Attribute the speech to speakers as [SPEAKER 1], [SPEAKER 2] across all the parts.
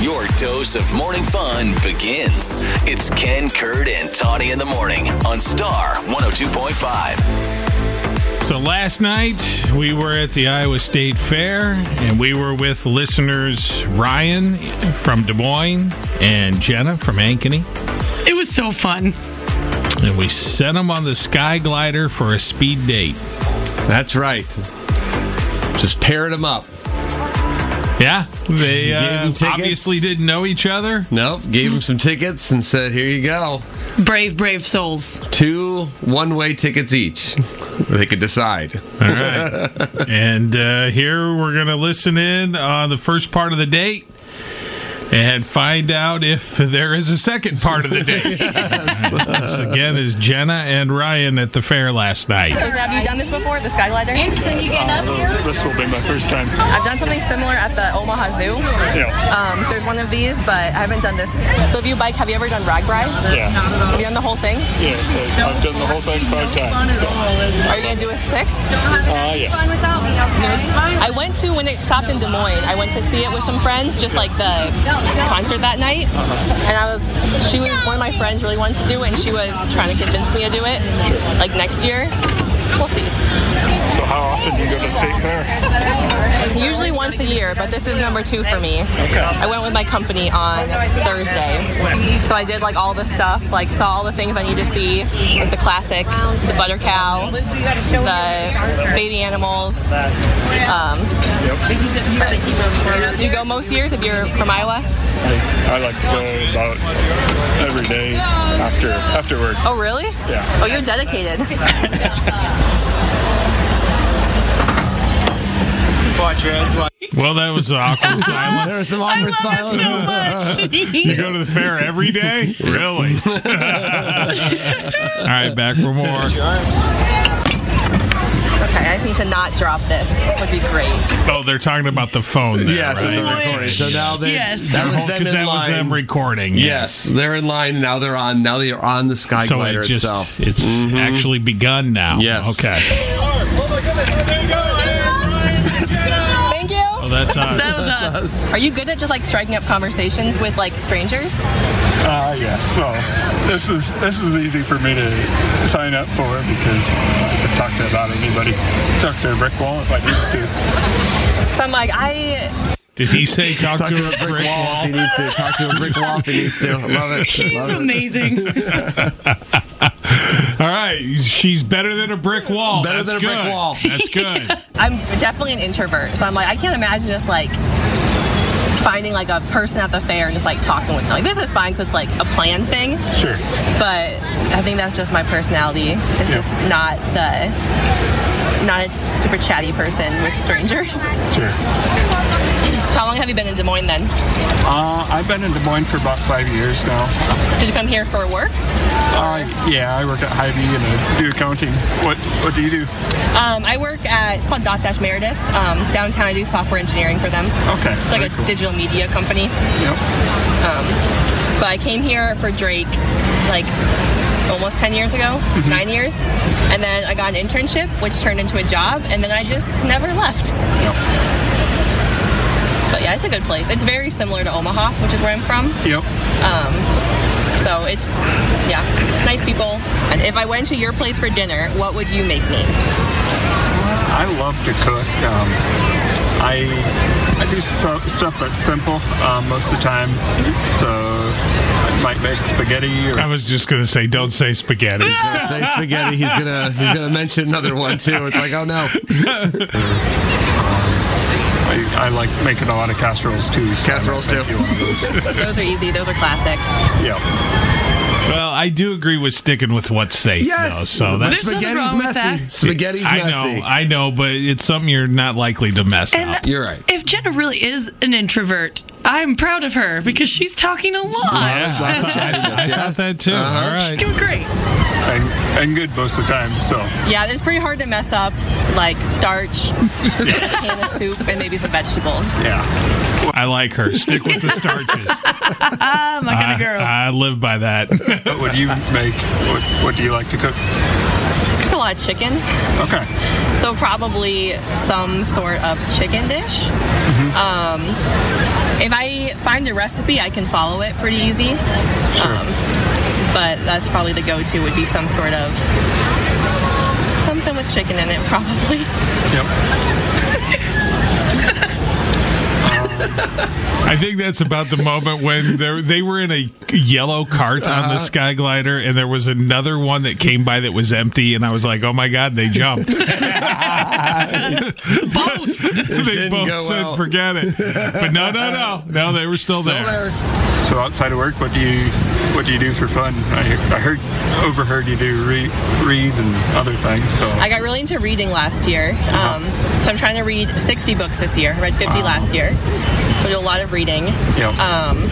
[SPEAKER 1] Your dose of morning fun begins. It's Ken, Kurt, and Tawny in the morning on Star 102.5.
[SPEAKER 2] So last night we were at the Iowa State Fair and we were with listeners Ryan from Des Moines and Jenna from Ankeny.
[SPEAKER 3] It was so fun.
[SPEAKER 2] And we sent them on the sky glider for a speed date.
[SPEAKER 4] That's right. Just paired them up.
[SPEAKER 2] Yeah, they
[SPEAKER 4] You gave
[SPEAKER 2] uh,
[SPEAKER 4] them tickets?
[SPEAKER 2] obviously didn't know each other.
[SPEAKER 4] Nope. Gave them some tickets and said, here you go.
[SPEAKER 3] Brave, brave souls.
[SPEAKER 4] Two one way tickets each. They could decide.
[SPEAKER 2] All right. and uh, here we're going to listen in on the first part of the date and find out if there is a second part of the date. this again is Jenna and Ryan at the fair last night.
[SPEAKER 5] Have you done this before, the sky glider?
[SPEAKER 6] Anderson, you getting up here?
[SPEAKER 7] This will be my first time.
[SPEAKER 5] I've done something similar at the Omaha Zoo.
[SPEAKER 7] Yeah.
[SPEAKER 5] Um, there's one of these, but I haven't done this. So if you bike, have you ever done ragbri?
[SPEAKER 7] Yeah.
[SPEAKER 5] Have you done the whole thing?
[SPEAKER 7] Yeah. So I've done the whole thing five times. So,
[SPEAKER 5] Are you gonna do a sixth?
[SPEAKER 7] uh, yes.
[SPEAKER 6] Without me, okay?
[SPEAKER 5] I went to when it stopped in Des Moines. I went to see it with some friends, just like the concert that night. And I was, she was one of my friends really wanted to do it, and she was trying to convince me to do it, like next year. We'll see.
[SPEAKER 7] So how often do you go to state fair?
[SPEAKER 5] Usually once a year, but this is number two for me. I went with my company on Thursday. So I did like all the stuff, like saw all the things I need to see, like the classic, the butter cow, the baby animals. Um, uh, do you go most years if you're from Iowa?
[SPEAKER 7] I, I like to go about every day after after work.
[SPEAKER 5] Oh, really?
[SPEAKER 7] Yeah.
[SPEAKER 5] Oh, you're dedicated.
[SPEAKER 2] Well, that was awkward silence.
[SPEAKER 4] There was some awkward silence.
[SPEAKER 2] You go to the fair every day? Really? All right, back for more.
[SPEAKER 5] Okay, I just need to not drop this. Would be great.
[SPEAKER 2] Oh, they're talking about the phone. There,
[SPEAKER 4] Yes,
[SPEAKER 2] right?
[SPEAKER 4] and they're recording. So now they
[SPEAKER 3] Yes.
[SPEAKER 4] that was them
[SPEAKER 2] because
[SPEAKER 4] in
[SPEAKER 2] that was
[SPEAKER 4] line.
[SPEAKER 2] them recording.
[SPEAKER 4] Yes, they're in line. Now they're on. Now they are on the sky
[SPEAKER 2] So
[SPEAKER 4] glider
[SPEAKER 2] it just
[SPEAKER 4] itself. Mm-hmm.
[SPEAKER 2] it's actually begun now.
[SPEAKER 4] Yes.
[SPEAKER 2] Okay.
[SPEAKER 5] Thank you.
[SPEAKER 2] Well, that's us.
[SPEAKER 3] That was us.
[SPEAKER 5] Are you good at just like striking up conversations with like strangers?
[SPEAKER 7] Uh, yes. So this was this was easy for me to sign up for because I could talk to about anybody. Talk to a brick wall if I needed to.
[SPEAKER 5] So I'm like, I
[SPEAKER 2] Did he say talk,
[SPEAKER 4] Talk
[SPEAKER 2] to a brick wall?
[SPEAKER 4] if he needs to. Talk to a brick wall if he needs to. Love it. Love
[SPEAKER 3] It's
[SPEAKER 4] it.
[SPEAKER 3] amazing.
[SPEAKER 2] All right, she's better than a brick wall.
[SPEAKER 4] Better
[SPEAKER 2] That's
[SPEAKER 4] than a brick
[SPEAKER 2] good.
[SPEAKER 4] wall.
[SPEAKER 2] That's good.
[SPEAKER 5] I'm definitely an introvert, so I'm like, I can't imagine just like finding like a person at the fair and just like talking with them. Like this is fine because it's like a planned thing,
[SPEAKER 7] Sure.
[SPEAKER 5] but I think that's just my personality. It's just not the not a super chatty person with strangers.
[SPEAKER 7] Sure.
[SPEAKER 5] So how long have you been in Des Moines then?
[SPEAKER 7] Uh, I've been in Des Moines for about five years now.
[SPEAKER 5] Did you come here for work?
[SPEAKER 7] Uh, yeah, I work at Hy-Vee and I do accounting. What What do you do?
[SPEAKER 5] Um, I work at it's called Dot Dash Meredith um, downtown. I do software engineering for them.
[SPEAKER 7] Okay.
[SPEAKER 5] It's like
[SPEAKER 7] very
[SPEAKER 5] a
[SPEAKER 7] cool.
[SPEAKER 5] digital media company.
[SPEAKER 7] Yep.
[SPEAKER 5] but I came here for Drake like almost 10 years ago, nine years. And then I got an internship, which turned into a job, and then I just never left. But yeah, it's a good place. It's very similar to Omaha, which is where I'm from.
[SPEAKER 7] Yep.
[SPEAKER 5] So it's, yeah, nice people. And if I went to your place for dinner, what would you make me?
[SPEAKER 7] I love to cook. Um, I I do so, stuff that's simple um, most of the time. So I might make spaghetti
[SPEAKER 2] I
[SPEAKER 4] Um,
[SPEAKER 7] or
[SPEAKER 2] was just gonna say, don't say spaghetti.
[SPEAKER 4] Say spaghetti. He's gonna. He's gonna mention another one too. It's like, oh no,
[SPEAKER 7] I, I like making a lot of casseroles too. So I
[SPEAKER 4] Casseroles,
[SPEAKER 7] might make
[SPEAKER 4] too.
[SPEAKER 7] you one of those.
[SPEAKER 5] Those are easy. Those are classic.
[SPEAKER 7] yeah.
[SPEAKER 2] well, I do agree with sticking with what's safe.
[SPEAKER 4] Yes.
[SPEAKER 2] though, so that's
[SPEAKER 3] nothing
[SPEAKER 4] spaghetti's
[SPEAKER 3] wrong with
[SPEAKER 4] messy.
[SPEAKER 3] that.
[SPEAKER 4] Spaghetti's
[SPEAKER 2] I
[SPEAKER 4] messy.
[SPEAKER 2] know, I know, but it's something you're not likely to mess
[SPEAKER 3] And-
[SPEAKER 2] up.
[SPEAKER 4] You're right.
[SPEAKER 3] If Jenna really is an introvert, I'm proud of her because she's talking a lot.
[SPEAKER 2] Yeah, I, thought- I- I thought that too.
[SPEAKER 4] Uh-huh.
[SPEAKER 2] All right.
[SPEAKER 3] Doing great.
[SPEAKER 7] And, and good most of the time. So
[SPEAKER 5] Yeah, it's pretty hard to mess up like starch, a can of soup, and maybe some vegetables.
[SPEAKER 7] yeah.
[SPEAKER 2] I like her. Stick with the starches.
[SPEAKER 3] I'm not gonna girl.
[SPEAKER 2] I, I live by that.
[SPEAKER 7] What would you make? What What do you like to cook?
[SPEAKER 5] Cook a lot of chicken.
[SPEAKER 7] Okay.
[SPEAKER 5] So probably some sort of chicken dish. Um, if I find a recipe, I can follow it pretty easy. Um, but that's probably the go-to would be some sort of something with chicken in it, probably.
[SPEAKER 7] Yep.
[SPEAKER 2] I think that's about the moment when there, they were in a yellow cart on the sky glider, and there was another one that came by that was empty, and I was like, "Oh my god, they jumped!" both they
[SPEAKER 4] didn't
[SPEAKER 2] both
[SPEAKER 4] go
[SPEAKER 2] said,
[SPEAKER 4] well.
[SPEAKER 2] "Forget it." But no, no, no, no, they were still, there.
[SPEAKER 7] So outside of work, what do you what do you do for fun? I, I heard overheard you do re, read and other things. So
[SPEAKER 5] I got really into reading last year, um, so I'm trying to read 60 books this year. I read 50 last year, so I do a lot of reading.
[SPEAKER 7] yeah,
[SPEAKER 5] Um,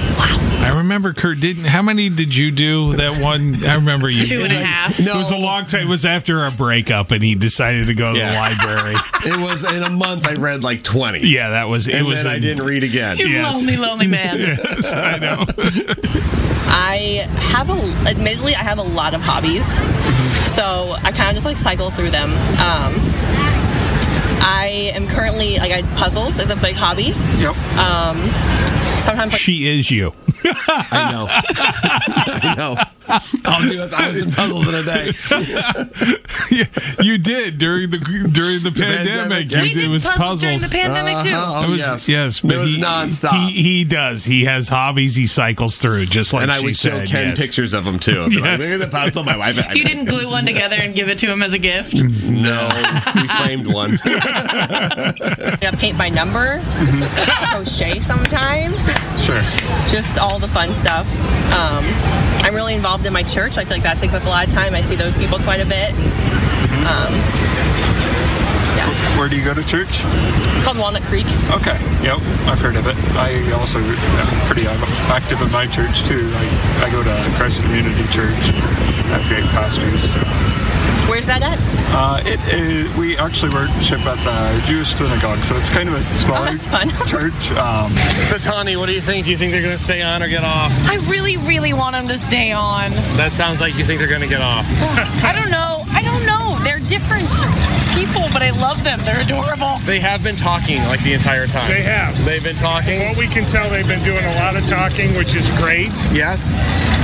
[SPEAKER 2] I remember Kurt didn't. How many did you do that one? I remember you.
[SPEAKER 3] Two and a half.
[SPEAKER 2] It was a long time. It was after our breakup, and he decided to go to
[SPEAKER 4] Yeah.
[SPEAKER 2] the library.
[SPEAKER 4] It was in a month. I read like twenty.
[SPEAKER 2] yeah, that was. It
[SPEAKER 4] and
[SPEAKER 2] was.
[SPEAKER 4] then I
[SPEAKER 2] in-
[SPEAKER 4] didn't read again.
[SPEAKER 3] You
[SPEAKER 2] Yes.
[SPEAKER 3] lonely, lonely man.
[SPEAKER 2] Yes, I know.
[SPEAKER 5] I have a, admittedly, I have a lot of hobbies, so I kind of just like cycle through them. Um, I am currently like I puzzles is a big hobby.
[SPEAKER 7] yep.
[SPEAKER 5] Sometimes like,
[SPEAKER 2] she is you.
[SPEAKER 4] I know. I know. I'll do a thousand puzzles in a day.
[SPEAKER 2] Yeah, you did during the during the pandemic.
[SPEAKER 4] pandemic,
[SPEAKER 2] You
[SPEAKER 4] yeah.
[SPEAKER 3] We
[SPEAKER 2] did, it
[SPEAKER 3] did
[SPEAKER 2] was
[SPEAKER 3] puzzles,
[SPEAKER 2] puzzles.
[SPEAKER 3] during the pandemic too.
[SPEAKER 4] Uh-huh.
[SPEAKER 2] It
[SPEAKER 4] Oh,
[SPEAKER 2] was-
[SPEAKER 4] yes.
[SPEAKER 2] yes,
[SPEAKER 4] it was nonstop.
[SPEAKER 2] He, he does. He has hobbies. He cycles through, just like
[SPEAKER 4] and I
[SPEAKER 2] she
[SPEAKER 4] would show
[SPEAKER 2] said.
[SPEAKER 4] Ken
[SPEAKER 2] yes.
[SPEAKER 4] pictures of them too. I'd be
[SPEAKER 2] Yes.
[SPEAKER 4] Like, Look at the puzzle my wife had.
[SPEAKER 3] You didn't glue one together and give it to him as a gift.
[SPEAKER 2] Mm-hmm.
[SPEAKER 4] No, we framed one.
[SPEAKER 5] I paint by number, crochet sometimes,
[SPEAKER 7] Sure.
[SPEAKER 5] just all the fun stuff. Um, I'm really involved in my church. I feel like that takes up a lot of time. I see those people quite a bit.
[SPEAKER 7] Where do you go to church?
[SPEAKER 5] It's called Walnut Creek.
[SPEAKER 7] Okay. Yep. I've heard of it. I also am pretty ac- active in my church too. I, I go to Christ Community Church. I have great pastors. so.
[SPEAKER 5] Where's that at?
[SPEAKER 7] Uh, it is, we actually worship at the Jewish synagogue, so it's kind of a smaller
[SPEAKER 5] Oh, that's fun.
[SPEAKER 7] church. Um,
[SPEAKER 8] So, Tawny, what do you think? Do you think they're going to stay on or get off?
[SPEAKER 6] I really, really want them to stay on.
[SPEAKER 8] That sounds like you think they're going to get off.
[SPEAKER 6] I don't know. I don't know. They're different people, but I love them. They're adorable.
[SPEAKER 8] They have been talking like the entire time.
[SPEAKER 9] They have.
[SPEAKER 8] They've been talking.
[SPEAKER 9] Well, we can tell they've been doing a lot of talking, which is great.
[SPEAKER 8] Yes.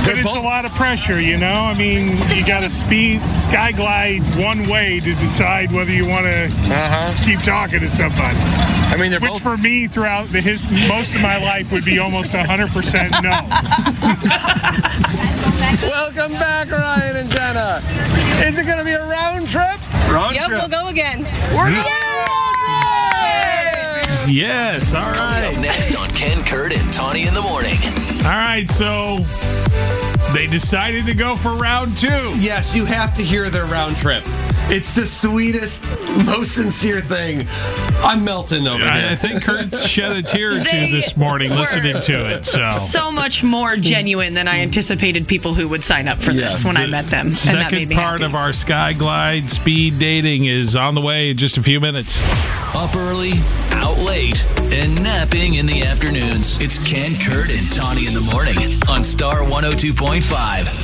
[SPEAKER 9] But it's a lot of pressure, you know. I mean, you got to speed sky glide one way to decide whether you want to
[SPEAKER 2] Uh-huh.
[SPEAKER 8] Uh huh.
[SPEAKER 9] keep talking to somebody.
[SPEAKER 8] I mean, they're
[SPEAKER 9] Which
[SPEAKER 8] both.
[SPEAKER 9] for me, throughout the his- most of my life, would be almost 100% no.
[SPEAKER 4] Welcome back, Ryan and Jenna. Is it going to be a round trip?
[SPEAKER 7] round
[SPEAKER 5] Yep,
[SPEAKER 7] trip.
[SPEAKER 5] we'll go again.
[SPEAKER 2] Yes. All right.
[SPEAKER 1] Up next on Ken Kurt and Tawny in the morning.
[SPEAKER 2] All right. So they decided to go for round two.
[SPEAKER 4] Yes, you have to hear their round trip. It's the sweetest, most sincere thing. I'm melting over
[SPEAKER 2] I, I
[SPEAKER 4] here.
[SPEAKER 2] think Kurt shed a tear or two
[SPEAKER 3] They
[SPEAKER 2] this morning
[SPEAKER 3] were-
[SPEAKER 2] listening to it. So.
[SPEAKER 3] So much more genuine than I anticipated people who would sign up for
[SPEAKER 4] Yes.
[SPEAKER 3] this when I met them. And
[SPEAKER 2] Second
[SPEAKER 3] that made me
[SPEAKER 2] part
[SPEAKER 3] happy.
[SPEAKER 2] of our Sky Glide speed dating is on the way in just a few minutes.
[SPEAKER 1] Up early, out late, and napping in oh the afternoons. It's Ken Kurt and Tawny in the morning on Star 102.5.